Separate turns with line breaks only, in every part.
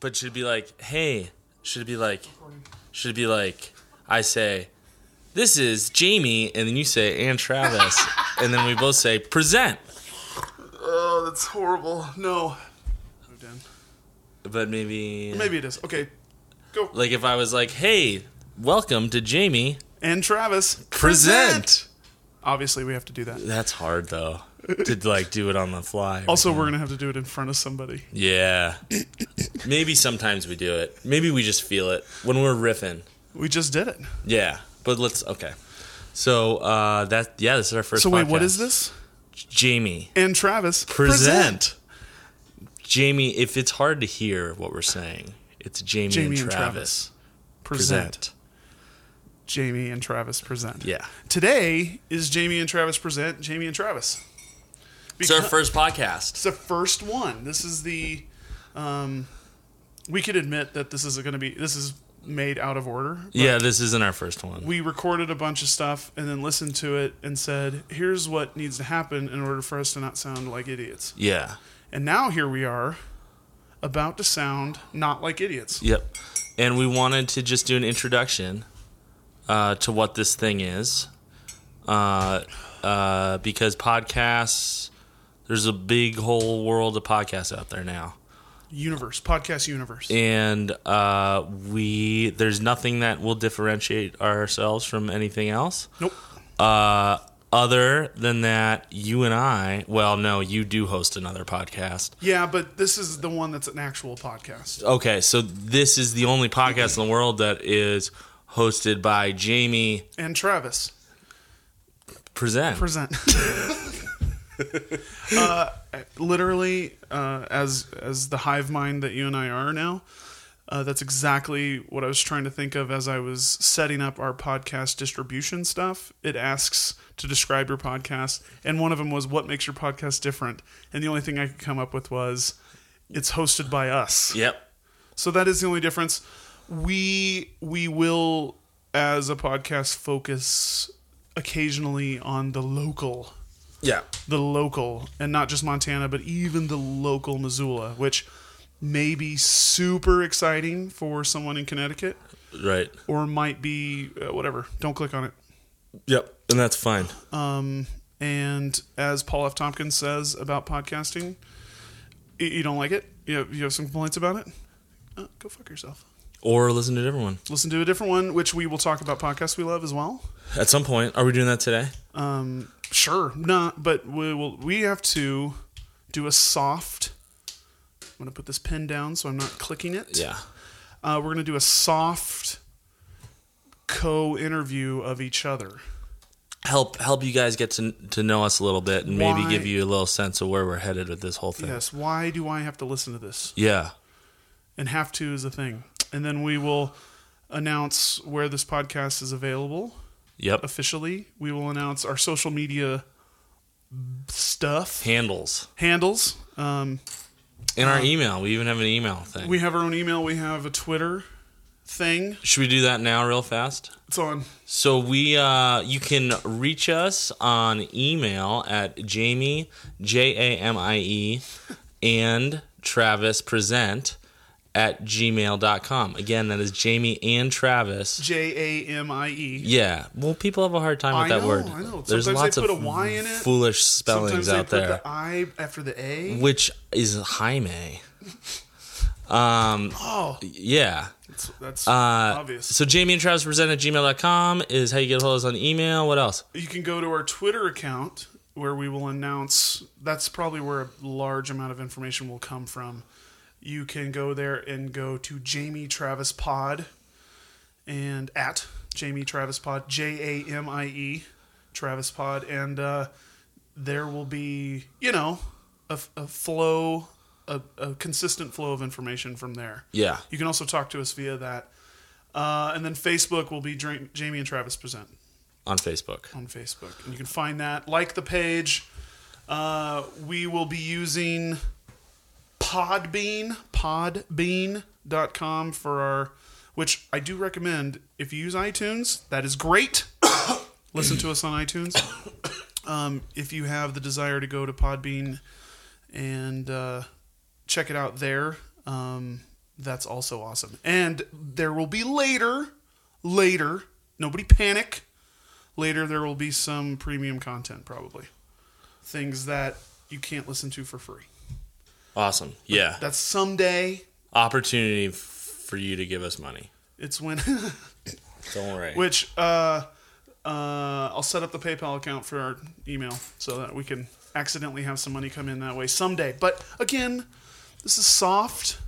But should it be like, hey, should it be like, should it be like, I say, this is Jamie, and then you say, and Travis, and then we both say, present.
Oh, that's horrible. No. Move down.
But maybe,
Maybe it is. Okay. Go.
like if I was like, hey, welcome to Jamie,
And Travis.
Present.
Obviously, we have to do that.
that's hard though to like do it on the fly.
Also, we're going to have to do it in front of somebody.
yeah, maybe sometimes we do it. Maybe we just feel it when we're riffing.
We just did it.
Yeah, but let's okay. So uh that yeah, this is our first.
So, wait, what
podcast.
is this?
Jamie?
And Travis.
Present. Jamie, if it's hard to hear what we're saying, it's Jamie,
Jamie
and Travis.
Present. Jamie and Travis present.
Yeah,
Today is Jamie and Travis present Jamie and Travis.
it's our
Because-
first podcast.
It's the first one. This is the. Um, we could admit that this is going to be. This is made out of order. but
yeah, this isn't our first one.
We recorded a bunch of stuff and then listened to it and said, "Here's what needs to happen in order for us to not sound like idiots."
yeah.
And now here we are, about to sound not like idiots.
Yep. And we wanted to just do an introduction uh, to what this thing is. Uh, uh, because podcasts, there's a big whole world of podcasts out there now.
Universe podcast universe.
And uh, we, there's nothing that will differentiate ourselves from anything else.
nope.
Uh, other than that, you and I, well, no, you do host another podcast.
Yeah, but this is the one that's an actual podcast.
Okay, so this is the only podcast in the world that is hosted by Jamie
And Travis
Present.
present. uh, literally, uh, as as the hive mind that you and I are now, uh, that's exactly what I was trying to think of as I was setting up our podcast distribution stuff. It asks to describe your podcast, and one of them was what makes your podcast different, and the only thing I could come up with was it's hosted by us.
Yep.
So that is the only difference. We we will as a podcast focus occasionally on the local
Yeah.
the local and not just Montana but even the local Missoula which may be super exciting for someone in Connecticut
Right.
or might be uh, whatever don't click on it
Yep. And that's fine.
um and as Paul F Tompkins says about podcasting y- you don't like it you have, you have some complaints about it uh, go fuck yourself
Or listen to a different one
listen to a different one, which we will talk about podcasts we love as well.
at some point. Are we doing that today?
Um, sure, not, but we will. We have to do a soft. I'm gonna put this pen down so I'm not clicking it.
Yeah.
Uh, we're gonna do a soft co-interview of each other.
Help help you guys get to to know us a little bit and maybe
Why-
give you a little sense of where we're headed with this whole thing.
Yes. Why do I have to listen to this?
Yeah.
And have to is a thing. And then we will announce where this podcast is available
Yep.
officially. We will announce our social media stuff.
Handles.
handles. Um,
In our email. We even have an email thing.
we have our own email. We have a Twitter thing.
Should we do that now real fast?
It's on.
So we uh you can reach us on email at Jamie J A M I E and Travis present at gmail.com. Again, that is Jamie and Travis.
J A M I E.
Yeah. Well people have a hard time with
I
that
know,
word.
I know.
There's
Sometimes
lots
they put
of
a Y in it.
foolish spellings
Sometimes they
out
put
there. Mm.
the I after the A.
Which is Jaime.
Oh,
Yeah.
that's, that's
Uh,
obvious.
So Jamie and Travis present at gmail.com is how you get a hold of us on email. What else?
you can go to our Twitter account where we will announce. That's probably where a large amount of information will come from. You can go there and go to Jamie Travis Pod and at Jamie Travis Pod, J A M I E, Travis Pod. And uh, there will be, you know, a, a flow, a, a consistent flow of information from there.
Yeah.
You can also talk to us via that. Uh, and then Facebook will be Dra- Jamie and Travis Present
On Facebook.
on Facebook, and you can find that. Like the page. Uh, we will be using Podbean, podbean.com for our, which I do recommend. If you use iTunes, that is great. Listen to us on iTunes. Um, if you have the desire to go to Podbean and uh, check it out there, um, That's also awesome. And there will be later, later, nobody panic. Later, there will be some premium content probably. Things that you can't listen to for free.
Awesome. Yeah.
That's someday.
Opportunity f- for you to give us money.
It's when,
Don't worry.
which, uh, uh, I'll set up the PayPal account for our email so that we can accidentally have some money come in that way someday. But again, this is soft.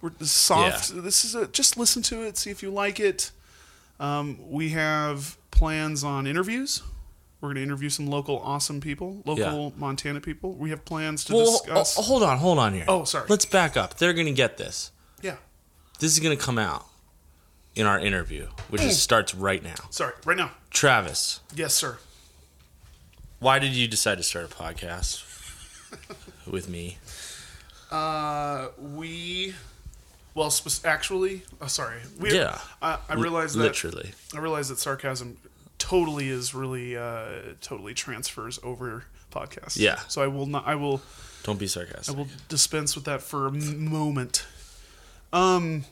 We're this is soft. This is a, just listen to it, see if you like it. Um, we have plans on interviews. We're going to interview some local awesome people, local Montana people. We have plans to
well, oh. ho-
discuss.
ho- hold on, hold on here.
Oh, sorry.
Let's back up. They're going to get this.
Yeah.
This is going to come out in our interview, which
Hmm.
is, starts right now.
Sorry, right now.
Travis,
Yes, sir.
why did you decide to start a podcast with me?
Uh, we, well, sp- actually, oh, sorry. We,
Yeah.
I, I realize that
Literally.
I realize that sarcasm totally is really uh, totally transfers over podcasts.
Yeah.
So I will not. I will.
Don't be
I
sarcastic.
will dispense with that for a m- moment. Um,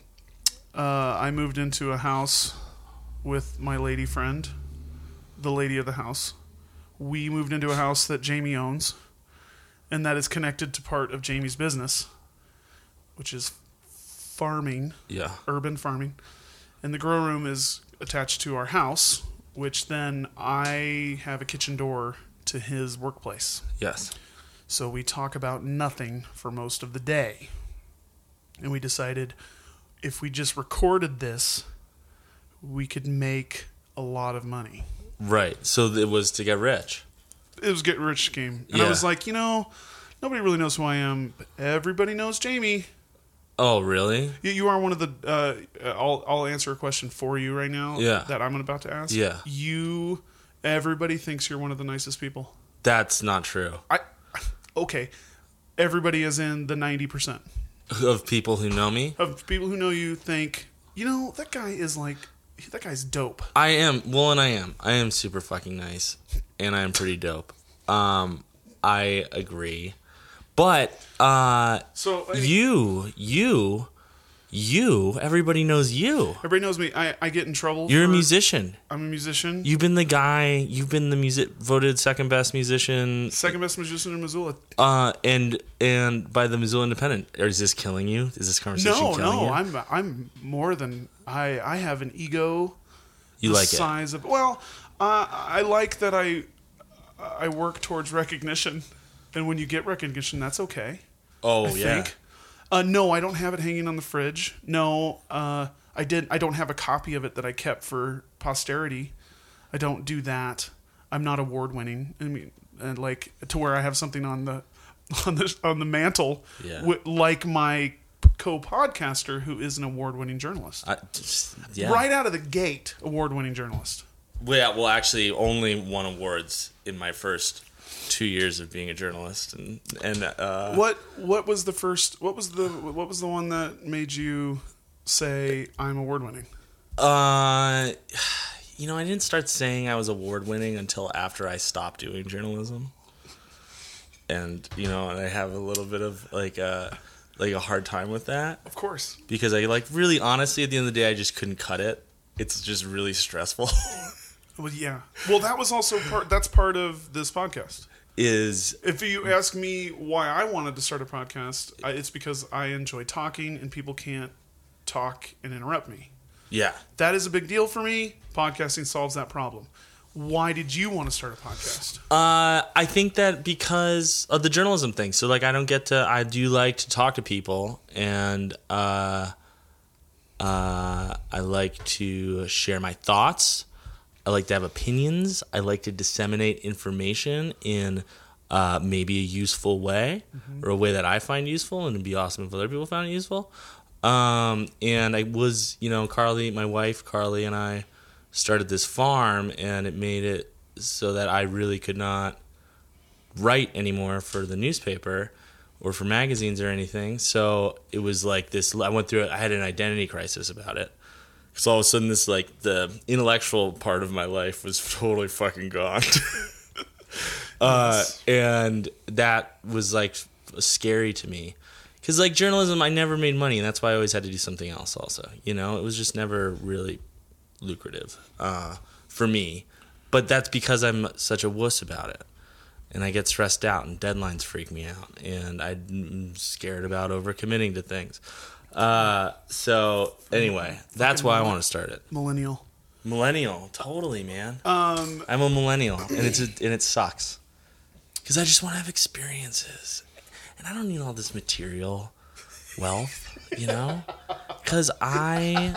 uh, I moved into a house with my lady friend, the lady of the house. We moved into a house that Jamie owns, and that is connected to part of Jamie's business, which is farming
Yeah.
urban farming. And the grow room is attached to our house, which then I have a kitchen door to his workplace.
Yes.
So we talk about nothing for most of the day. And we decided if we just recorded this, we could make a lot of money.
Right. So it was to get rich.
It was get rich game. And I
Yeah.
was like, you know, nobody really knows who I am, but everybody knows Jamie.
Oh, really?
You, you are one of the. Uh, uh, I'll I'll answer a question for you right now.
Yeah.
That I'm about to ask.
Yeah.
You. Everybody thinks you're one of the nicest people.
That's not true.
I. Okay. Everybody is in the ninety percent
Of people who know me,
of people who know you think you know that guy is like that guy's dope.
I am. Well, and I am. I am super fucking nice, and I am pretty dope. Um, I agree, but uh,
So I-
you, you, you. Everybody knows you.
everybody knows me. I, I get in trouble.
You're a
for-
musician.
I'm a musician.
You've been the guy. You've been the music voted second best musician.
Second best musician in Missoula.
Uh, and and by the Missoula Independent. Or Is this killing you? Is this conversation
No,
killing
no,
you?
I'm I'm more than I I have an ego.
you
the
like it?
size of well uh, i like that i i work towards recognition and when you get recognition that's okay
Oh
i think uh, no i don't have it hanging on the fridge no uh, i did i don't have a copy of it that i kept for posterity i don't do that i'm not award winning i mean and like to where i have something on the on the on the mantle
Yeah.
wi- like my co-podcaster who is an award-winning journalist
I, just, yeah.
right out of the gate award-winning journalist
Well, yeah, well, actually, only won awards in my first two years of being a journalist, and and uh,
What what was the first what was the what was the one that made you say I'm award winning?
uh, you know, I didn't start saying I was award winning until after I stopped doing journalism, and you know, and I have a little bit of like a like a hard time with that
Of course.
because I like really honestly at the end of the day I just couldn't cut it. It's just really stressful.
Well yeah. Well that was also part that's part of this podcast.
Is
If you ask me why I wanted to start a podcast, I, it's because I enjoy talking and people can't talk and interrupt me.
yeah.
That is a big deal for me. Podcasting solves that problem. Why did you want to start a podcast?
Uh, I think that because of the journalism thing. So like, I don't get to. I do like to talk to people, and uh, uh, I like to share my thoughts. I like to have opinions. I like to disseminate information in uh, maybe a useful way or a way that I find useful, and it'd be awesome if other people found it useful. Um, and I was, you know, Carly, my wife, Carly, and I started this farm, and it made it so that I really could not write anymore for the newspaper or for magazines or anything. So it was like this. I went through. it. I had an identity crisis about it. Because all of a sudden, this like the intellectual part of my life was totally fucking gone. uh, and that was like scary to me because because like journalism, I never made money, and that's why I always had to do something else. Also, you know, it was just never really lucrative uh, for me. But that's because I'm such a wuss about it, and I get stressed out, and deadlines freak me out, and I'm scared about overcommitting to things. Uh, so anyway, that's why I want to start it.
millennial.
Millennial, totally, man.
Um,
I'm a millennial, and it's and it sucks because I just want to have experiences, and I don't need all this material wealth, you know. Because I,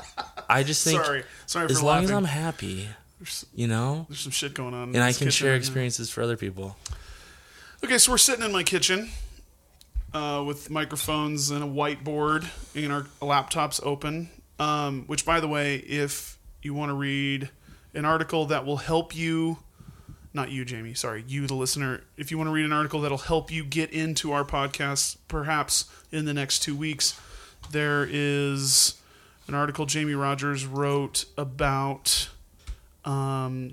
I just think
sorry, sorry for
as long as
laughing.
I'm happy,
there's,
you know,
there's some shit going on, in
and I
this
can
kitchen
share
right now.
experiences for other people.
Okay, so we're sitting in my kitchen uh, with microphones and a whiteboard and our laptops open. Um, which, by the way, if you want to read an article that will help you, not you, Jamie, sorry, you, the listener, if you want to read an article that'll help you get into our podcast perhaps in the next two weeks, there is an article Jamie Rogers wrote about um,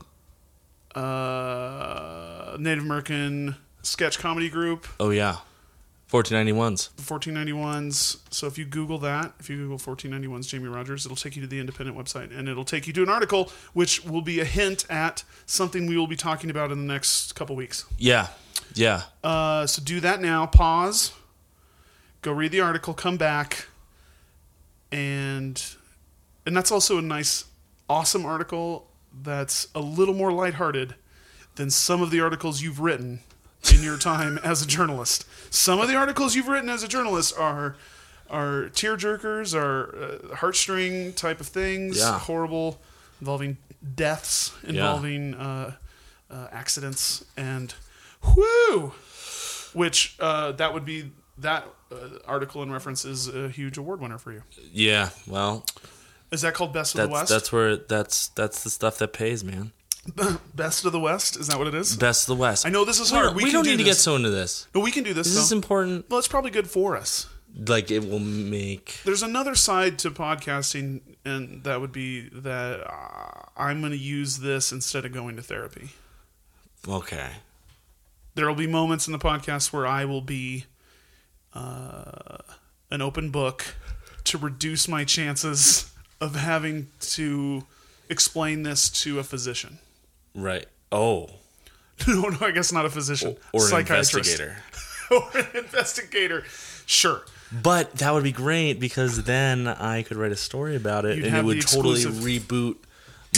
uh, Native American sketch comedy group,
Oh yeah, 1491s.
the 1491s. So if you Google that, if you Google 1491s Jamie Rogers, it'll take you to the independent website and it'll take you to an article which will be a hint at something we will be talking about in the next couple weeks.
Yeah, yeah.
Uh, so do that now. Pause. Go read the article. Come back, and and that's also a nice, awesome article that's a little more lighthearted than some of the articles you've written in your time as a journalist. Some of the articles you've written as a journalist are are tear jerkers, are uh, heartstring type of things,
Yeah.
horrible, involving deaths, involving uh, uh, accidents, and whoo which uh, that would be that uh, article in reference is a huge award winner for you.
Yeah, well,
Is that called Best of the
that's
West?
that's where that's that's the stuff that pays, man.
Best of the West is that what it is?
Best of the West.
I know this is
We
hard.
don't-
We,
We,
can
don't
do
need to get
this.
so into this.
No, we can do this.
This
though.
is important.
well, it's probably good for us.
Like it will make
There's another side to podcasting, and that would be that uh, I'm going to use this instead of going to therapy.
Okay.
There will be moments in the podcast where I will be uh, an open book to reduce my chances of having to explain this to a physician.
Right. Oh.
no, no, I guess not a physician,
Or an
Psychiatrist.
investigator.
or an investigator. Sure,
But that would be great because then I could write a story about it and
You'd
it
have
would
the
totally
exclusive- Oh,
reboot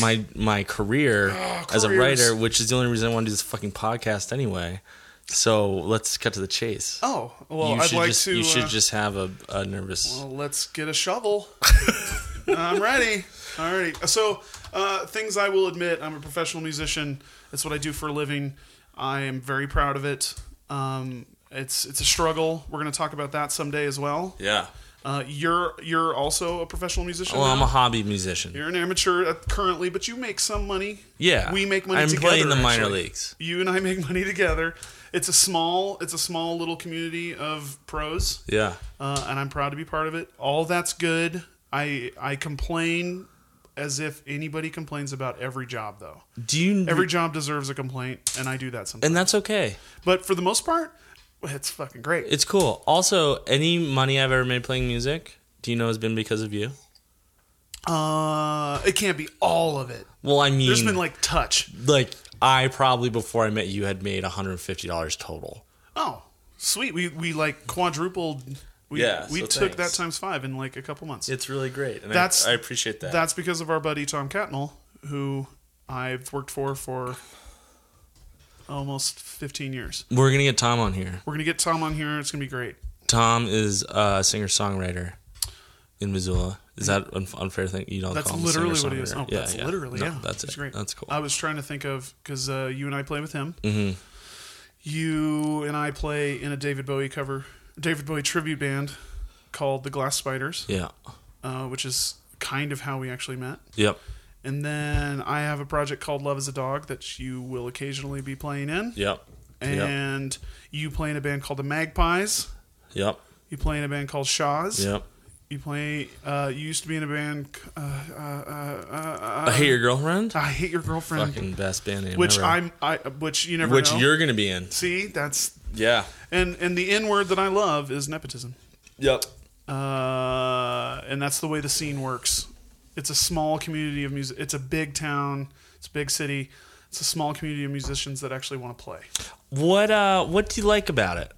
my my career as a
careers.
writer, which is the only reason I want to do this fucking podcast anyway. So let's cut to the chase.
Oh, well,
you
I'd
should
like
just
to.
you
uh,
should just have a, a nervous
well, let's get a shovel. I'm ready. All right. So, uh, things I will admit I'm a professional musician. That's what I do for a living. I am very proud of it. Um, it's it's a struggle. We're going to talk about that someday as well.
Yeah.
Uh, you're you're also a professional musician.
Well, I'm
now?
a hobby musician.
you're an amateur uh, currently, but you make some money.
Yeah.
we make money.
I'm
together,
playing the minor
actually.
leagues.
You and I make money together. It's a small it's a small little community of pros
Yeah.
uh, and I'm proud to be part of it. All that's good. I I complain as if anybody complains about every job though.
Do you
Every job deserves a complaint, and I do that sometimes.
and that's okay.
But for the most part, it's fucking great.
It's cool. Also, any money I've ever made playing music, do you know has been because of you?
Uh, it can't be all of it.
Well, I mean,
There's been like touch.
like I probably before I met you had made $150 total.
Oh, sweet. We we like quadrupled. We,
Yeah,
we
so
took
thanks.
that times five in like a couple months.
It's really great. And
That's-
I, I appreciate that.
That's because of our buddy Tom Catmull, who I've worked for for almost 15 years.
We're going to get Tom on here.
We're gonna get Tom on here. It's gonna be great.
Tom is a singer-songwriter in Missoula. Is that an unfair thing? You don't
That's
call him a
literally what he is. Oh,
singer-songwriter. yeah,
that's Uh,
yeah.
literally
No,
yeah.
That's
It's
it. That's cool.
I was trying to think of because uh, you and I play with him. Mm-hmm. You and I play in a David Bowie cover, David Bowie tribute band called the Glass Spiders,
yeah.
uh, which is kind of how we actually met.
Yep.
And then I have a project called Love Is a Dog that you will occasionally be playing in,
Yep. yep.
and you play in a band called the Magpies.
Yep.
You play in a band called Shaw's.
Yep.
You play. Uh, you used to be in a band. Uh, uh, uh, uh, uh,
I hate your girlfriend.
I hate your girlfriend,
Fucking best band name
which
ever.
I'm. I which you never.
which
know.
you're going to be in.
See, that's
Yeah.
and and the N word that I love is nepotism.
Yep.
uh, and that's the way the scene works. It's a small community of music. It's a big town. It's a big city. It's a small community of musicians that actually want to play.
What uh what do you like about it?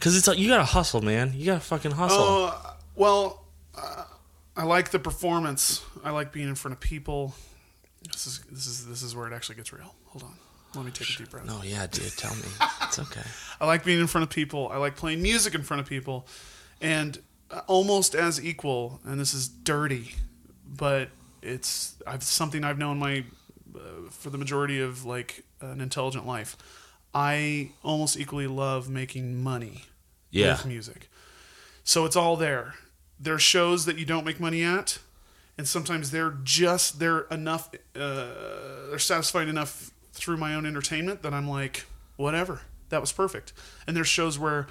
Cuz it's like you got to hustle, man. You got to fucking hustle.
Uh, well, uh, I like the performance. I like being in front of people. This is this is this is where it actually gets real. Hold on, let me take a deep breath.
No, Oh, yeah, dude, tell me. It's okay.
I like being in front of people. I like playing music in front of people, and uh, almost as equal. And this is dirty, but it's I've something I've known my uh, for the majority of like an intelligent life. I almost equally love making money
Yeah.
with music. So it's all there. There are shows that you don't make money at, and sometimes they're just they're enough uh, they're satisfied enough through my own entertainment that I'm like, whatever, that was perfect. And there's shows where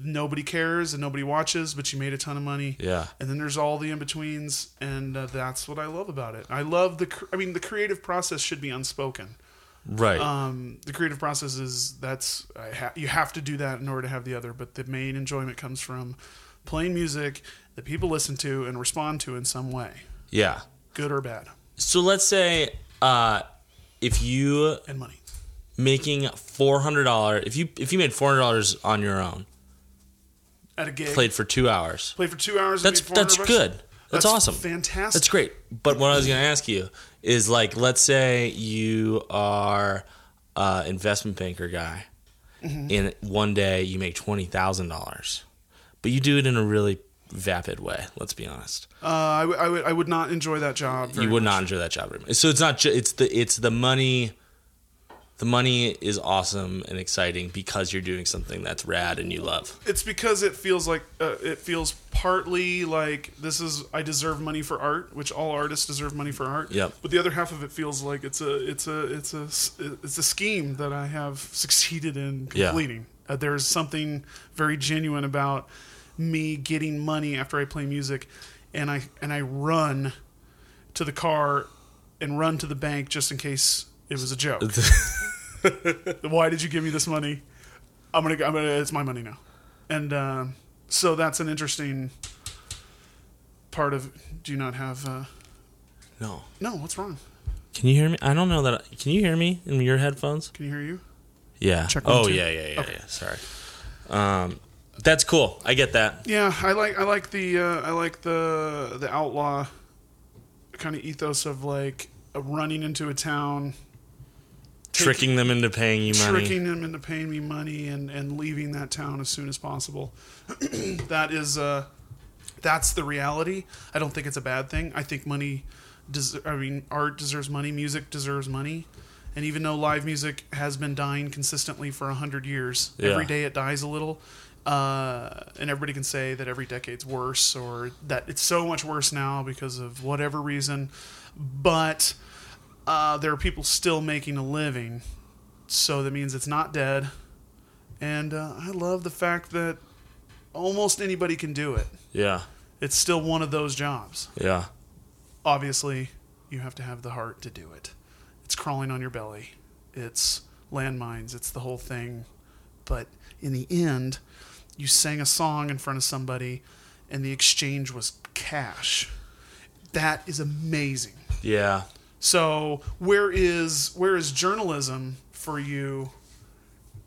nobody cares and nobody watches, but you made a ton of money.
Yeah.
And then there's all the in betweens, and uh, that's what I love about it. I love the. cr- I mean, the creative process should be unspoken
Right.
um, the creative process is that's I ha- you have to do that in order to have the other but the main enjoyment comes from playing music that people listen to and respond to in some way
yeah.
good or bad
So let's say uh if you
and money
making $400, if you if you made $400 on your own,
at a gig
played for 2 hours.
played for two hours and
That's
made 400
that's
bucks?
good. That's, awesome.
fantastic
That's great. But what I was going to ask you is like, let's say you are uh, investment banker guy, and one day you make twenty thousand dollars, but you do it in a really vapid way. Let's be honest.
uh, I, w- I, would, I would not enjoy that job very
you would not enjoy that job. Very much. So it's not. Ju- it's the it's the money. The money is awesome and exciting because you're doing something that's rad and you love.
it's because it feels like uh, it feels partly like this is I deserve money for art, which all artists deserve money for art.
Yep.
But the other half of it feels like it's a it's a it's a s- it's a scheme that I have succeeded in
Yeah.
completing. Uh, there's something very genuine about me getting money after I play music, and I and I run to the car and run to the bank just in case it was a joke. Why did you give me this money? I'm gonna, I'm gonna it's my money now, and uh, so that's an interesting part of. Do you not have? Uh,
No.
no, what's wrong?
Can you hear me? I don't know that. I, can you hear me in your headphones?
Can you hear you?
Yeah.
Check one,
oh
two.
yeah, yeah, yeah, yeah. Sorry. Um, that's cool. I get that.
Yeah, I like I like the uh, I like the the outlaw kind of ethos of like uh, running into a town,
Tricking them into paying you money.
tricking them into paying me money, and and leaving that town as soon as possible. that is uh, that's the reality. I don't think it's a bad thing. I think money, des- I mean, art deserves money. Music deserves money. And even though live music has been dying consistently for hundred years,
Yeah.
every day it dies a little. Uh, and everybody can say that every decade's worse or that it's so much worse now because of whatever reason. But uh, there are people still making a living, so that means it's not dead. And uh, I love the fact that almost anybody can do it.
Yeah,
It's still one of those jobs.
yeah,
Obviously, you have to have the heart to do it. It's crawling on your belly, it's landmines, it's the whole thing. But in the end, you sang a song in front of somebody, and the exchange was cash. That is amazing.
yeah.
So where is where is journalism for you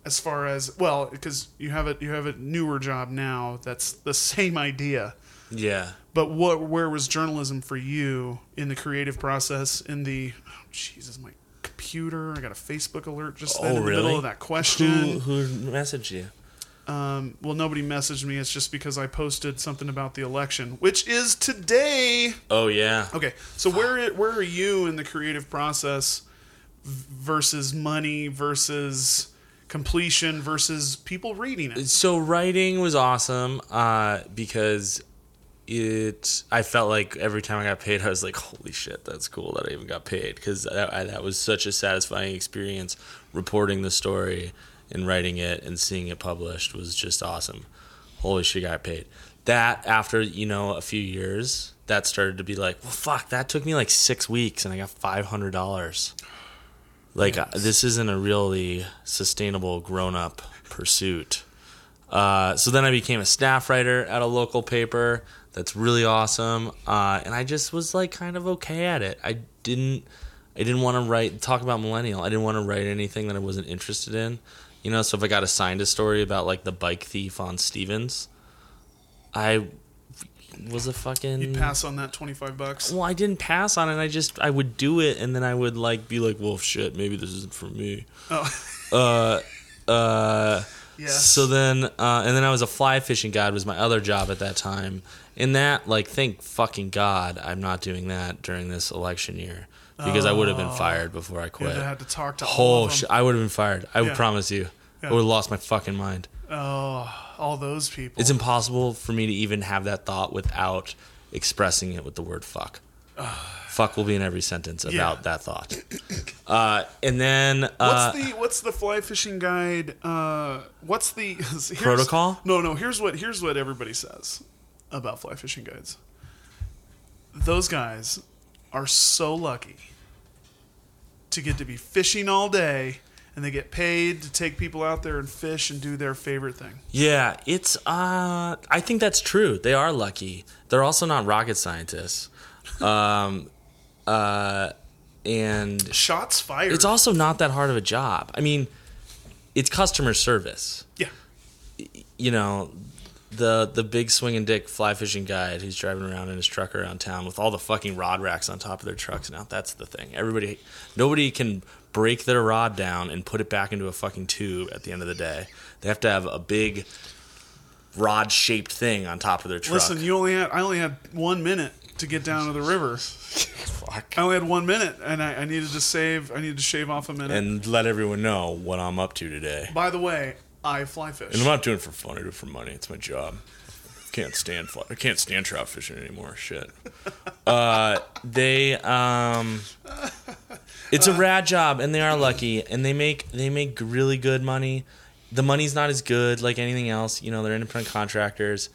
as far as well because you have a you have a newer job now that's the same idea
Yeah.
but what where was journalism for you in the creative process in the oh, Jesus my computer I got a Facebook alert just then
Oh,
in the
really?
middle of that
Who
question
who messaged you?
um, well nobody messaged me it's just because I posted something about the election which is today
Oh yeah.
Okay, so where where are you in the creative process v- versus money versus completion versus people reading it?
So writing was awesome uh, because it. I felt like every time I got paid, I was like, "Holy shit, that's cool that I even got paid." Because that, I- that was such a satisfying experience. Reporting the story and writing it and seeing it published was just awesome. Holy shit, I got paid. That after you know a few years, that started to be like, "Well, fuck, that took me like six weeks, and I got five hundred dollars." uh, Like I- this isn't a really sustainable grown-up pursuit. Uh, so then I became a staff writer at a local paper. That's really awesome. Uh, and I just was like kind of okay at it. I didn't I didn't want to write talk about millennial. I didn't want to write anything that I wasn't interested in. You know, so if I got assigned a story about like the bike thief on Stevens, I was a fucking
You'd pass on that 25 bucks.
well, I didn't pass on it. I just I would do it, and then I would like be like, "Well, shit, maybe this isn't for me."
Oh,
Uh,
yeah.
So then, uh, and then I was a fly fishing guide was my other job at that time. And that, like, thank fucking God, I'm not doing that during this election year because I would have been fired before I
You'd
quit.
have Oh. had to talk to all
oh,
of
sh-
them.
I would have been fired. I
Yeah.
would promise you,
Yeah.
I would have lost my fucking mind.
oh, all those people.
It's impossible for me to even have that thought without expressing it with the word fuck. fuck will be in every sentence about that thought. Uh, and then uh,
What's the what's the fly fishing guide? Uh, what's the here's-
Protocol?
No, no. Here's what here's what everybody says about fly fishing guides. Those guys are so lucky to get to be fishing all day, and they get paid to take people out there and fish and do their favorite thing.
Yeah, it's uh I think that's true. They are lucky. They're also not rocket scientists. Um uh and
Shots fired.
it's also not that hard of a job. I mean, it's customer service.
yeah.
You know, the the big swinging dick fly fishing guide who's driving around in his truck around town with all the fucking rod racks on top of their trucks. Now that's the thing. Everybody, nobody can break their rod down and put it back into a fucking tube at the end of the day. They have to have a big rod shaped thing on top of their truck.
Listen, you only had I only had one minute to get down to the river.
Fuck.
I only had one minute, and I, I needed to save. I needed to shave off a minute.
and let everyone know what I'm up to today.
By the way, I fly fish.
And I'm not doing it for fun. I do it for money. It's my job. Can't stand fly. I can't stand trout fishing anymore. Shit. Uh, they um, it's a rad job, and they are lucky, and they make they make really good money. The money's not as good like anything else. You know, they're independent contractors.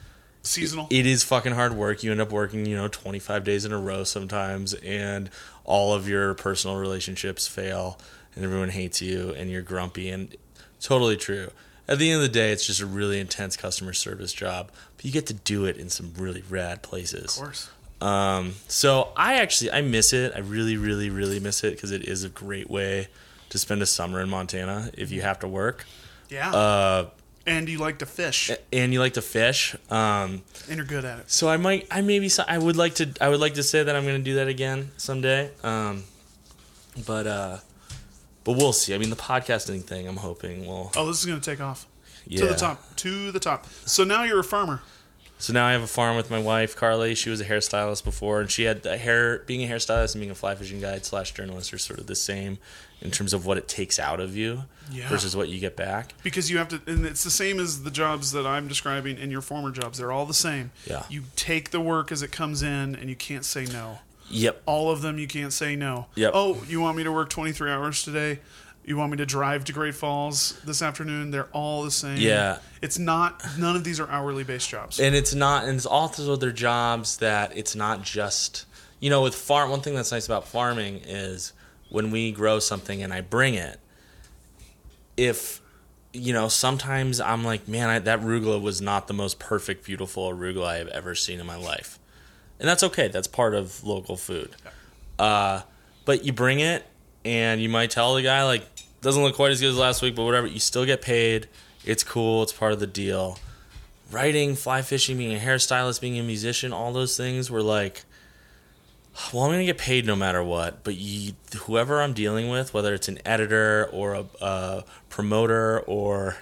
seasonal.
It is fucking hard work. You end up working, you know, 25 days in a row sometimes, and all of your personal relationships fail, and everyone hates you, and you're grumpy, and totally true. At the end of the day, it's just a really intense customer service job, but you get to do it in some really rad places.
Of course.
Um, so I actually I miss it. I really, really, really miss it because it is a great way to spend a summer in Montana if you have to work
Yeah.
uh, eh.
and you like to fish,
and you like to fish. Um,
and you're good at it.
so I might, I maybe, so- I would like to, I would like to say that I'm going to do that again someday. Um, but, uh, but we'll see. I mean, the podcasting thing, I'm hoping will.
Oh, this is going to take off. To
Yeah.
the top. To the top. So now you're a farmer.
So now I have a farm with my wife, Carly. She was a hairstylist before, and she had a hair. Being a hairstylist and being a fly fishing guide slash journalist are sort of the same in terms of what it takes out of you
Yeah.
versus what you get back.
Because you have to, and it's the same as the jobs that I'm describing in your former jobs. They're all the same.
Yeah.
You take the work as it comes in, and you can't say no.
Yep.
All of them, you can't say no.
Yep.
Oh, you want me to work 23 hours today? You want me to drive to Great Falls this afternoon? They're all the same.
Yeah.
It's not, none of these are hourly based jobs.
and it's not and it's also their jobs that it's not just you know with farm one thing that's nice about farming is when we grow something and i bring it if you know sometimes i'm like man I, that arugula was not the most perfect beautiful arugula i've ever seen in my life and that's okay that's part of local food uh, but you bring it and you might tell the guy like doesn't look quite as good as last week but whatever you still get paid it's cool it's part of the deal writing, fly fishing, being a hairstylist, being a musician, all those things were like, well, I'm gonna get paid no matter what. But you, whoever I'm dealing with, whether it's an editor or a, a promoter or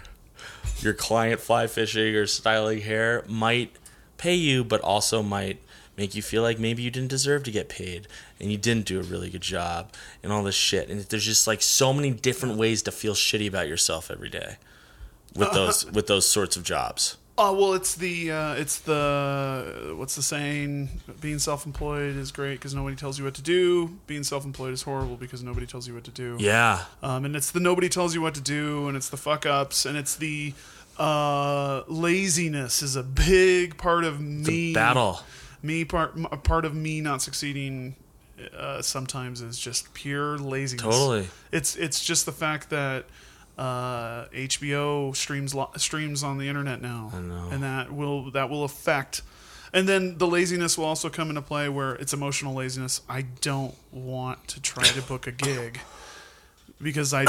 your client fly fishing or styling hair, might pay you, but also might make you feel like maybe you didn't deserve to get paid and you didn't do a really good job and all this shit. And there's just like so many different ways to feel shitty about yourself every day with those with those sorts of jobs.
Oh well, it's the uh, it's the what's the saying? Being self-employed is great because nobody tells you what to do. Being self-employed is horrible because nobody tells you what to do.
Yeah.
Um, and it's the nobody tells you what to do, and it's the fuck ups, and it's the uh, laziness is a big part of me.
battle.
Me part m- a part of me not succeeding uh, sometimes is just pure laziness.
Totally.
It's it's just the fact that Uh, HBO streams lo- streams on the internet now,
know.
and that will that will affect. And then the laziness will also come into play where it's emotional laziness. I don't want to try to book a gig because I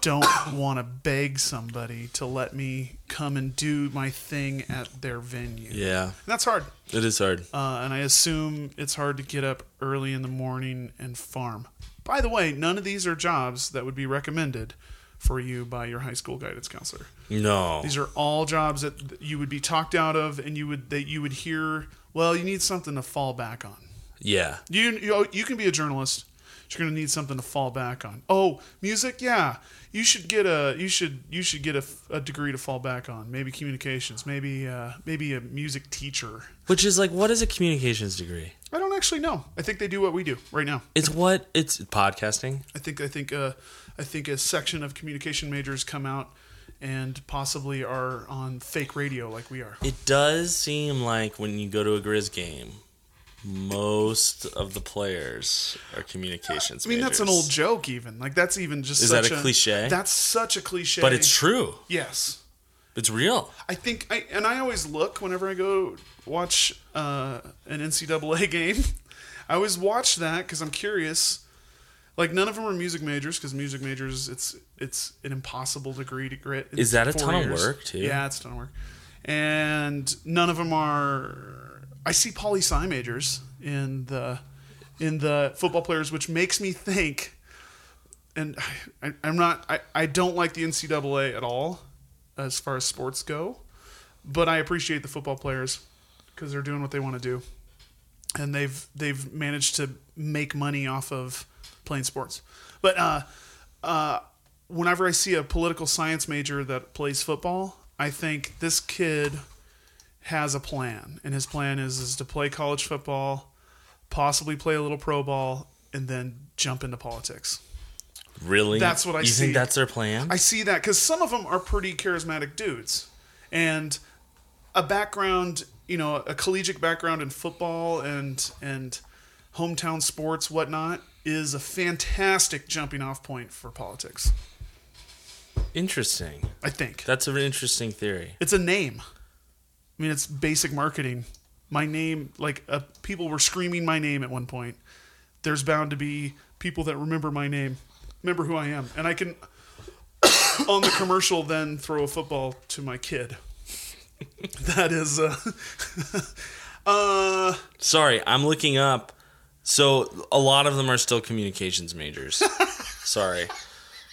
don't want to beg somebody to let me come and do my thing at their venue.
Yeah,
That's hard.
it is hard.
Uh, and I assume it's hard to get up early in the morning and farm. By the way, none of these are jobs that would be recommended for you by your high school guidance counselor.
No.
These are all jobs that you would be talked out of, and you would that you would hear. Well, you need something to fall back on.
Yeah.
You oh, you, you can be a journalist. but You're gonna need something to fall back on. Oh, music, yeah. You should get a you should you should get a, a degree to fall back on. Maybe communications. Maybe uh, maybe a music teacher.
Which is like, what is a communications degree?
I don't actually know. I think they do what we do right now.
It's what it's podcasting.
I think I think uh, I think a section of communication majors come out and possibly are on fake radio like we are.
It does seem like when you go to a Grizz game, most of the players are communications.
I mean, that's an old joke. Even like that's even just
Is that
such
a cliche?
That's such a cliche.
but it's true.
yes.
It's real.
I think I and I always look whenever I go watch uh, an NCAA game. I always watch that because I'm curious. Like none of them are music majors because music majors it's it's an impossible degree to grit. in
Is that a
four
ton of work, too?
Yeah, it's a ton of work. And none of them are. I see poli sci majors in the in the football players, which makes me think and I, I'm not. I, I don't like the NCAA at all, as far as sports go, but I appreciate the football players because they're doing what they want to do, and they've they've managed to make money off of playing sports. But uh, uh, whenever I see a political science major that plays football, I think this kid has a plan, and his plan is is to play college football, possibly play a little pro ball, and then jump into politics.
Really?
That's what I
You
see.
think that's their plan?
I see that because some of them are pretty charismatic dudes, and a background, you know, a collegiate background in football and and hometown sports, whatnot, is a fantastic jumping off point for politics.
interesting.
I think
That's an interesting theory.
it's a name. I mean, it's basic marketing. My name, like, uh, people were screaming my name at one point. There's bound to be people that remember my name, remember who I am, and I can, on the commercial, then throw a football to my kid. That is, uh, uh,
Sorry, I'm looking up. So a lot of them are still communications majors. Sorry.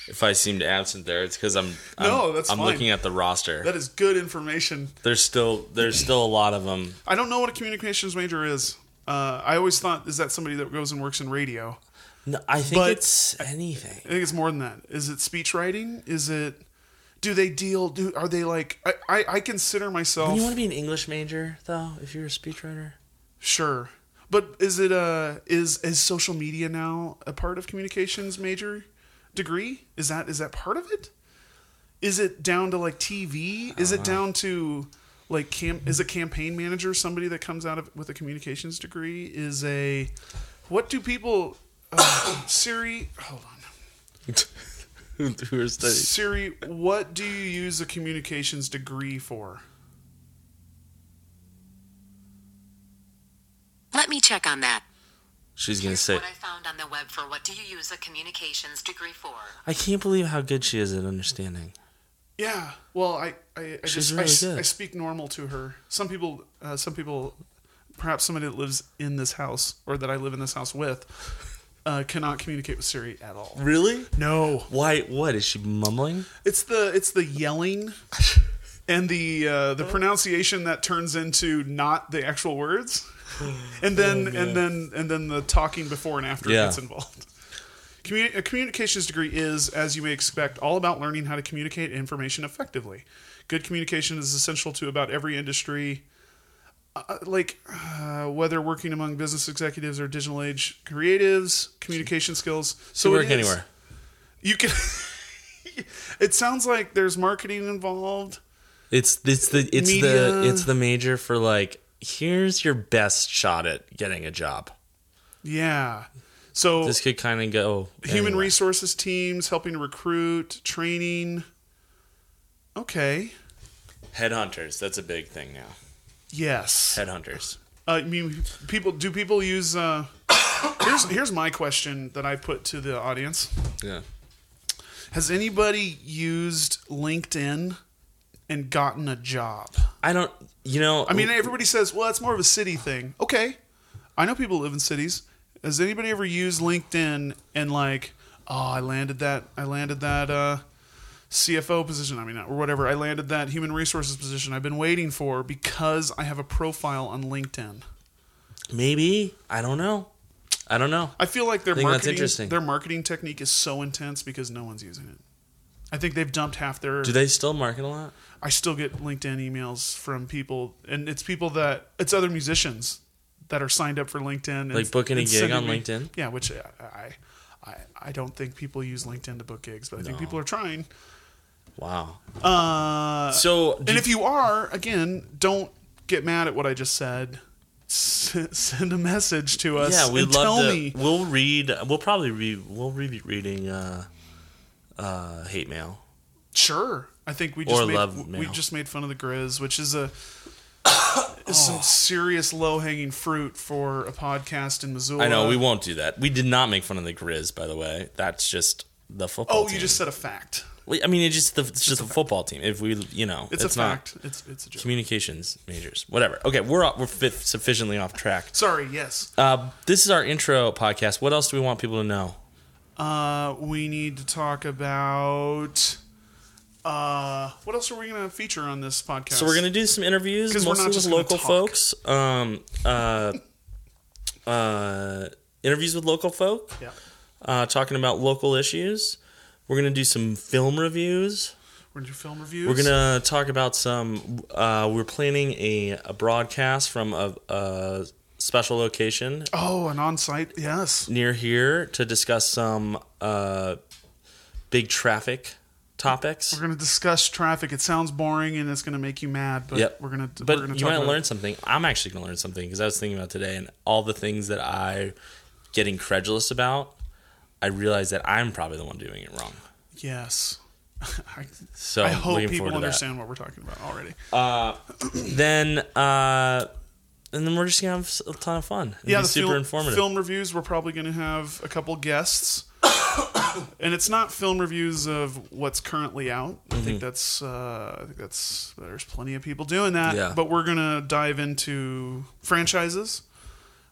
If I seemed absent there, it's because I'm, I'm
No, that's
I'm
fine.
looking at the roster.
that is good information.
there's still there's still a lot of them.
I don't know what a communications major is. Uh, I always thought is that somebody that goes and works in radio.
No, I think
But-
it's anything.
I think it's more than that. Is it speech writing? Is it? Do they deal? Do are they like? I I, I consider myself
You want to be an English major though, if you're a speechwriter.
sure, but is it uh is is social media now a part of communications major degree? Is that is that part of it? Is it down to like TV? Is it down to like cam? Is a campaign manager somebody that comes out of with a communications degree? Is a what do people uh, Siri? Hold
Who
on.
who are studying?
Siri, what do you use a communications degree for?
Let me check on that.
She's gonna
Here's
say.
what I found on the web for what do you use a communications degree for?
I can't believe how good she is at understanding.
Yeah. Well, I I, I
She's
just
really
I s- I,
good.
speak normal to her. Some people, uh, some people, perhaps somebody that lives in this house or that I live in this house with, uh, cannot communicate with Siri at all.
Really?
No.
Why? What is she mumbling?
It's the it's the yelling. And the uh,
Oh.
the pronunciation that turns into not the actual words, and then and then and then the talking before and after
Oh, Yeah.
gets involved. Communi- a communications degree is, as you may expect, all about learning how to communicate information effectively. Good communication is essential to about every industry, uh, like uh, whether working among business executives or digital age creatives, communication skills. So
To work
it is.
anywhere.
You can. it sounds like there's marketing involved.
It's it's the it's the
Media.
it's the major for like here's your best shot at getting a job.
Yeah. So
This could kind of go
human
anywhere.
resources teams helping to recruit, training, Okay.
Headhunters. That's a big thing now.
Yes.
Headhunters.
Uh, I mean, people. Do people use? Uh, here's here's my question that I put to the audience:
Yeah.
Has anybody used LinkedIn and gotten a job?
I don't. You know.
I mean, everybody says, "Well, that's more of a city thing." Okay, I know people live in cities. Has anybody ever used LinkedIn and like, oh, I landed that, I landed that uh, CFO position. I mean, or whatever. I landed that human resources position I've been waiting for because I have a profile on LinkedIn.
maybe. I don't know. I don't know.
I feel like their
think that's
marketing,
interesting.
their marketing technique is so intense because no one's using it. I think they've dumped half their.
Do they still market a lot?
I still get LinkedIn emails from people, and it's people that it's other musicians that are signed up for LinkedIn, and,
Like booking a
and
gig
sending
on
me-
LinkedIn?
Yeah, which I, I, I, I don't think people use LinkedIn to book gigs, but I think people are trying.
Wow.
Uh,
So, do
and if you are, again, don't get mad at what I just said. S- send a message to us.
yeah, we'd
and
love
tell
to.
me.
We'll read. We'll probably read. We'll be reading uh, uh, hate mail.
Sure. I think we just
Or
made,
love
w- we
mail.
just made fun of the Grizz, which is a is some serious low hanging fruit for a podcast in Missoula.
I know we won't do that. We did not make fun of the Grizz, by the way. That's just the football.
Oh, you
team.
just said a fact.
Well, I mean, it's just the, it's just a football team. If we, you know,
It's, a
not
fact. It's it's a joke.
communications majors, whatever. Okay, we're off, we're fit, sufficiently off track.
Sorry. Yes.
Uh, this is our intro podcast. What else do we want people to know?
Uh, we need to talk about. Uh, what else are we gonna feature on this podcast?
So we're gonna do some interviews,
'Cause we're
mostly
not
with
just gonna
local
talk.
folks. Um, uh, uh, interviews with local folk,
Yeah.
uh, talking about local issues. We're gonna do some film reviews.
We're gonna do film reviews.
We're gonna talk about some. Uh, we're planning a, a broadcast from a, a special location
Oh, an on-site. Yes.
near here to discuss some uh, big traffic topics.
We're gonna discuss traffic. It sounds boring and it's gonna make you mad, but
Yep.
we're gonna.
But
we're gonna
you
talk
might
about-
learn something. I'm actually going to learn something because I was thinking about today and all the things that I get incredulous about. I realize that I'm probably the one doing it wrong.
Yes. I,
So
I
I'm
hope
looking
people
forward to
understand what we're talking about already.
That. Then, uh, and then we're just gonna have s- a ton of fun. It'll be
the
super
film,
informative.
Film reviews. We're probably going to have a couple guests, and it's not film reviews of what's currently out. I
Mm-hmm.
think that's. Uh, I think that's. There's plenty of people doing that.
Yeah.
But we're gonna dive into franchises.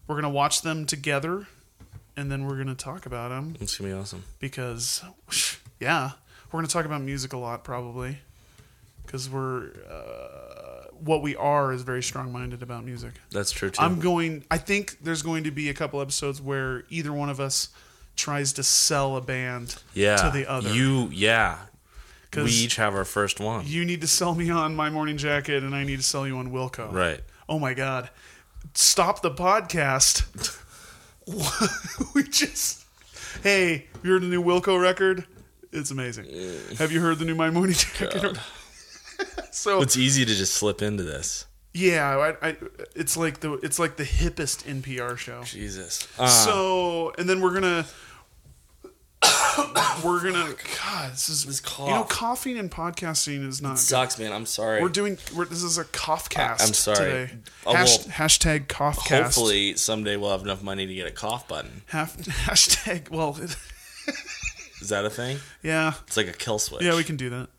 We're gonna watch them together, and then we're gonna talk about them
It's gonna be awesome.
because, yeah, we're gonna talk about music a lot probably, because we're. Uh, what we are is very strong-minded about music.
That's true too.
I'm going. I think there's going to be a couple episodes where either one of us tries to sell a band
yeah.
to the other.
You yeah. We
'Cause
each have our first one.
you need to sell me on my morning jacket, and I need to sell you on Wilco.
right.
Oh my God! Stop the podcast. we just. Hey, you heard the new Wilco record? It's amazing. Have you heard the new My Morning Jacket? so
It's easy to just slip into this.
yeah, I, I, it's like the it's like the hippest NPR show.
Jesus. Uh,
So, and then we're gonna, we're
Oh
gonna. God, this is
cough.
you know, coughing and podcasting is not. Good.
sucks, man. I'm sorry.
We're doing. We're, this is a cough cast.
I'm sorry.
Today.
I
Hash,
will-
hashtag cough cast.
Hopefully someday we'll have enough money to get a cough button.
Half, hashtag. Well, it-
Is that a thing?
yeah,
It's like a kill switch.
yeah, we can do that.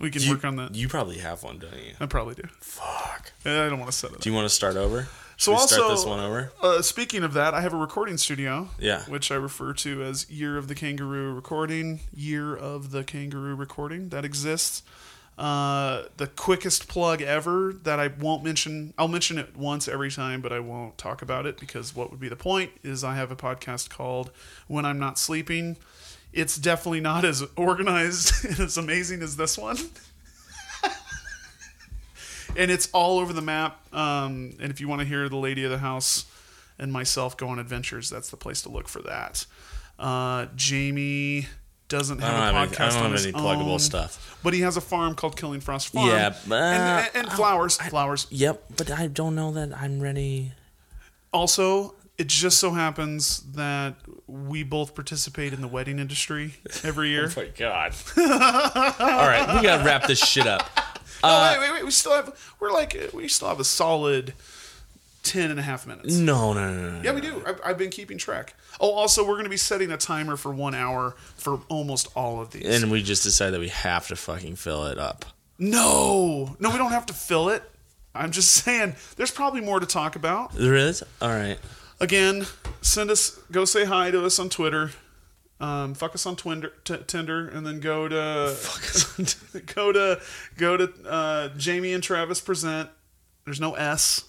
We can
You,
work on that.
You probably have one, don't you?
I probably do.
Fuck.
I don't want to set it. up.
Do you want to start over? Should
So
we start
also-
this one over.
Uh, speaking of that, I have a recording studio.
Yeah.
Which I refer to as Year of the Kangaroo Recording, Year of the Kangaroo Recording. That exists. Uh, the quickest plug ever that I won't mention. I'll mention it once every time, but I won't talk about it because what would be the point? Is I have a podcast called When I'm Not Sleeping. It's definitely not as organized and as amazing as this one and it's all over the map. Um, and if you want to hear the lady of the house and myself go on adventures, that's the place to look for that. Uh, Jamie doesn't
I
have
don't
a
have any,
podcast
I don't
on
have
his
any pluggable
own,
stuff.
but he has a farm called Killing Frost Farm.
Yeah, but-
and, and,
I-
flowers, flowers.
Yep, but I don't know that I'm ready.
Also, it just so happens that we both participate in the wedding industry every year.
Oh my god. All right, we gotta wrap this shit up.
oh, wait, wait, wait. We still have, we're like, uh, we still have a solid 10 and a half minutes.
No, no, no, no. no.
Yeah, we do. I've, I've been keeping track. Oh, also, we're going to be setting a timer for one hour for almost all of these.
And we just decided that we have to fucking fill it up.
no, no, we don't have to fill it. I'm just saying, there's probably more to talk about.
There is? All right.
Again, send us, go say hi to us on Twitter. Um, fuck us on Twinder, t- Tinder, and then go to go to go to uh, Jamie and Travis present. There's no S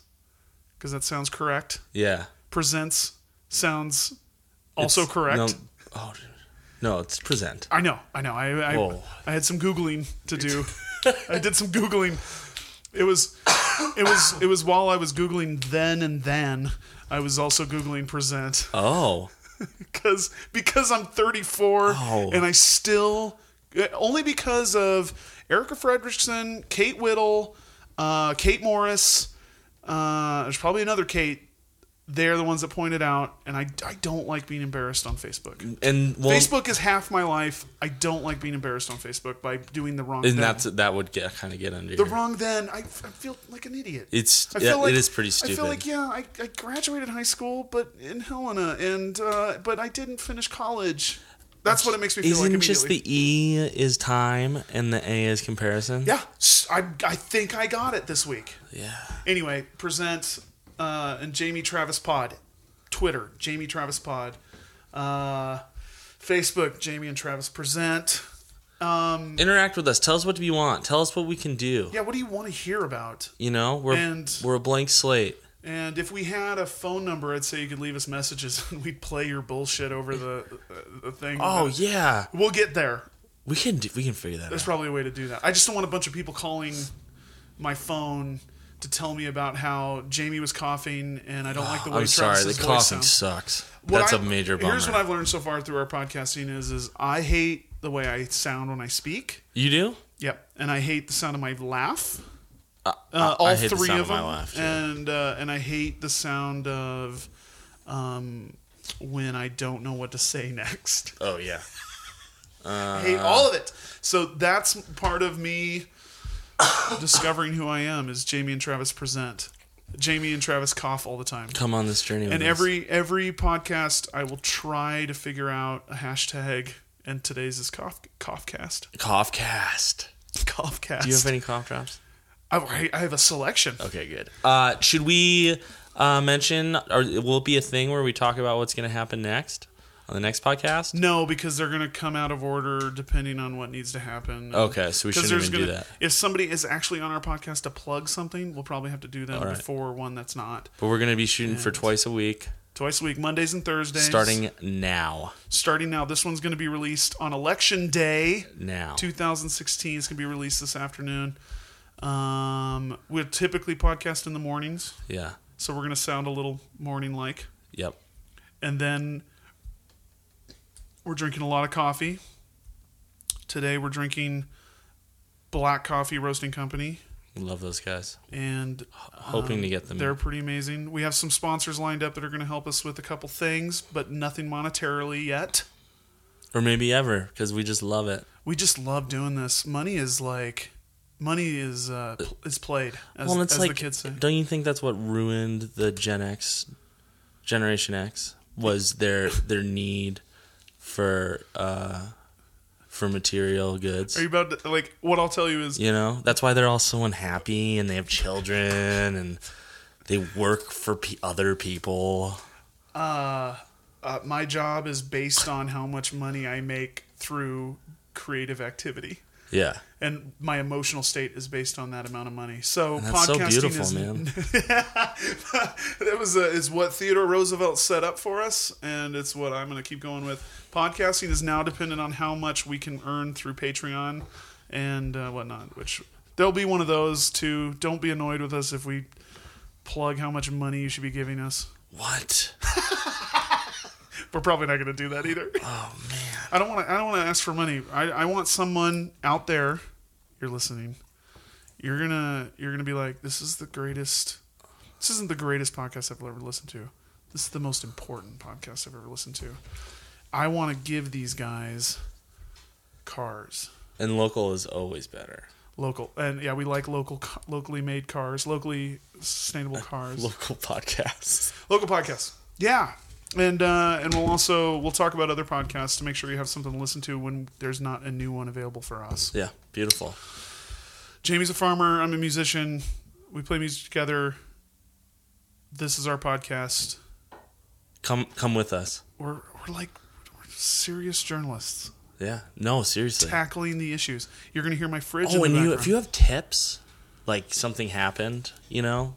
because that sounds correct.
Yeah.
Presents sounds also
It's-
correct.
No, oh, dude. no, it's present.
I know, I know. I I,
Whoa.
I had some googling to do. I did some googling. It was, it was, it was while I was googling then and then. I was also googling present
Oh.
because because I'm 34
Oh.
and I still only because of Erica Fredrickson, Kate Whittle, uh, Kate Morris. Uh, there's probably another Kate. They're the ones that pointed out, and I, I don't like being embarrassed on Facebook.
And well,
Facebook is half my life. I don't like being embarrassed on Facebook by doing the wrong
and
then.
that's that would get kind of get under
the
your-
wrong then. I, I feel like an idiot.
It's
I
yeah,
feel like-
it is pretty
I
stupid.
feel like yeah, I, I graduated high school, but in Helena, and uh, but I didn't finish college. That's what it makes me feel
Isn't
like
just
immediately.
the E is time and the A is comparison?
yeah, s- I I think I got it this week.
Yeah.
Anyway, present uh, and Jamie Travis Pod, Twitter Jamie Travis Pod, uh, Facebook Jamie and Travis present. Um,
Interact with us. Tell us what you want. Tell us what we can do.
Yeah, what do you want to hear about?
You know, we're
And-
we're a blank slate.
And if we had a phone number, I'd say you could leave us messages, and we'd play your bullshit over the uh, the thing.
Oh yeah,
we'll get there.
we can do, we can figure that
There's
out.
probably a way to do that. I just don't want a bunch of people calling my phone to tell me about how Jamie was coughing, and I don't like the way
I'm sorry, the
Travis's voice
coughing
sounds.
sucks.
What
That's a
I-
major bummer.
Here's what I've learned so far through our podcasting is is I hate the way I sound when I speak.
you do?
Yep, and I hate the sound of my laugh.
I-
Uh, all
I hate the
three
sound
of
of my
them,
laugh, too.
and uh, and I hate the sound of um, when I don't know what to say next.
Oh yeah.
I hate all
Uh.
of it. So that's part of me discovering who I am is Jamie and Travis present. Jamie and Travis cough all the time.
Come on this journey. With
And
us.
every every podcast I will try to figure out a hashtag and today's is cough coughcast.
cough cast.
Coughcast.
Do you have any cough drops?
I, I have a selection.
Okay, good. Uh, should we uh, mention, or will it be a thing where we talk about what's going to happen next on the next podcast?
No, because they're going to come out of order depending on what needs to happen.
Okay, so we
'Cause
shouldn't
there's
even do
gonna-
that.
If somebody is actually on our podcast to plug something, we'll probably have to do them
right.
before one that's not.
But we're going to be shooting for twice a week,
twice a week, Mondays and Thursdays.
starting now.
starting now. This one's going to be released on election day,
Now.
2016. It's going to be released this afternoon. Um, we typically podcast in the mornings,
Yeah.
so we're going to sound a little morning like,
Yep.
and then we're drinking a lot of coffee. Today we're drinking Black Coffee Roasting Company,
Love those guys.
and
Hoping to get them.
Um, They're pretty amazing. We have some sponsors lined up that are going to help us with a couple things, but nothing monetarily yet.
Or maybe ever, because we just love it.
We just love doing this. Money is like, money is uh, pl- is played as,
well, it's
as
like,
the kids say.
don't you think that's what ruined the Gen X, Generation X, was their their need for uh, for material goods?
Are you about to, like what I'll tell you is
You know, that's why they're all so unhappy and they have children and they work for pe other people.
uh, my job is based on how much money I make through creative activity,
Yeah.
and my emotional state is based on that amount of money. So
That's so
podcasting
beautiful,
is
man.
that was uh, is what Theodore Roosevelt set up for us, and it's what I'm going to keep going with. Podcasting is now dependent on how much we can earn through Patreon and uh, whatnot. Which there'll be one of those too. Don't be annoyed with us if we plug how much money you should be giving us.
What?
We're probably not going to do that either. Oh man, I don't want to. I don't want to ask for money. I, I want someone out there. You're listening. You're gonna you're gonna be like, this is the greatest. This isn't the greatest podcast I've ever listened to. this is the most important podcast I've ever listened to. I want to give these guys cars,
And local is always better.
local, and yeah, we like local, ca- locally made cars, locally sustainable cars,
Local podcasts.
local podcasts. Yeah, and uh, and we'll also we'll talk about other podcasts to make sure you have something to listen to when there's not a new one available for us.
Yeah, beautiful.
Jamie's a farmer. I'm a musician. We play music together. This is our podcast.
Come come with us.
We're, we're like we're serious journalists
Yeah. No, seriously.
tackling the issues. You're going to hear my fridge.
Oh, and
in the
you
background.
if you have tips, like something happened, you know,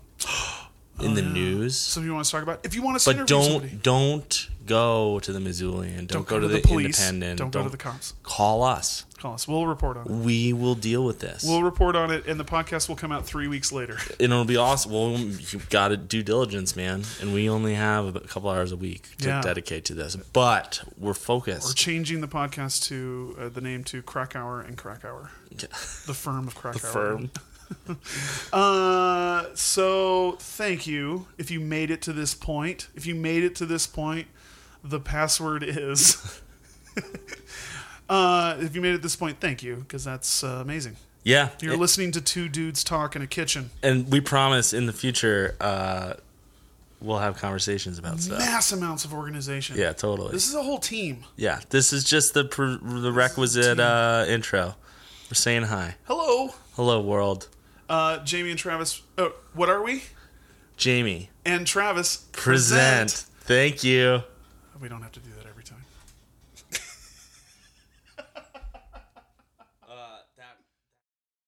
in the news,
something you want us to talk about, if you want us to
but
Oh, interview
don't
somebody,
don't go to the Missoulian. Don't, go, to, the,
police.
Independent.
Don't, go to the cops.
Call us.
Call us. We'll report on it.
We will deal with this,
We'll report on it, and the podcast will come out three weeks later.
and it'll be awesome. Well, you've got to due diligence, man, and we only have a couple hours a week to
Yeah.
dedicate to this. But we're
We're
focused.
changing the podcast to uh, the name to Krakauer and Krakauer, the firm of Krakauer.
Firm.
Uh, so thank you. If you made it to this point, if you made it to this point, the password is. uh, if you made it this point, thank you because that's uh, amazing.
Yeah.
You're listening to two dudes talk in a kitchen.
and we promise in the future uh, we'll have conversations about stuff.
Mass amounts of organization.
Yeah, totally.
This is a whole team.
yeah, this is just the pre- the requisite uh, intro. We're saying hi,
Hello,
hello world,
uh, Jamie and Travis. Oh, what are we?
Jamie.
And Travis
Present. Thank you.
We don't have to do that.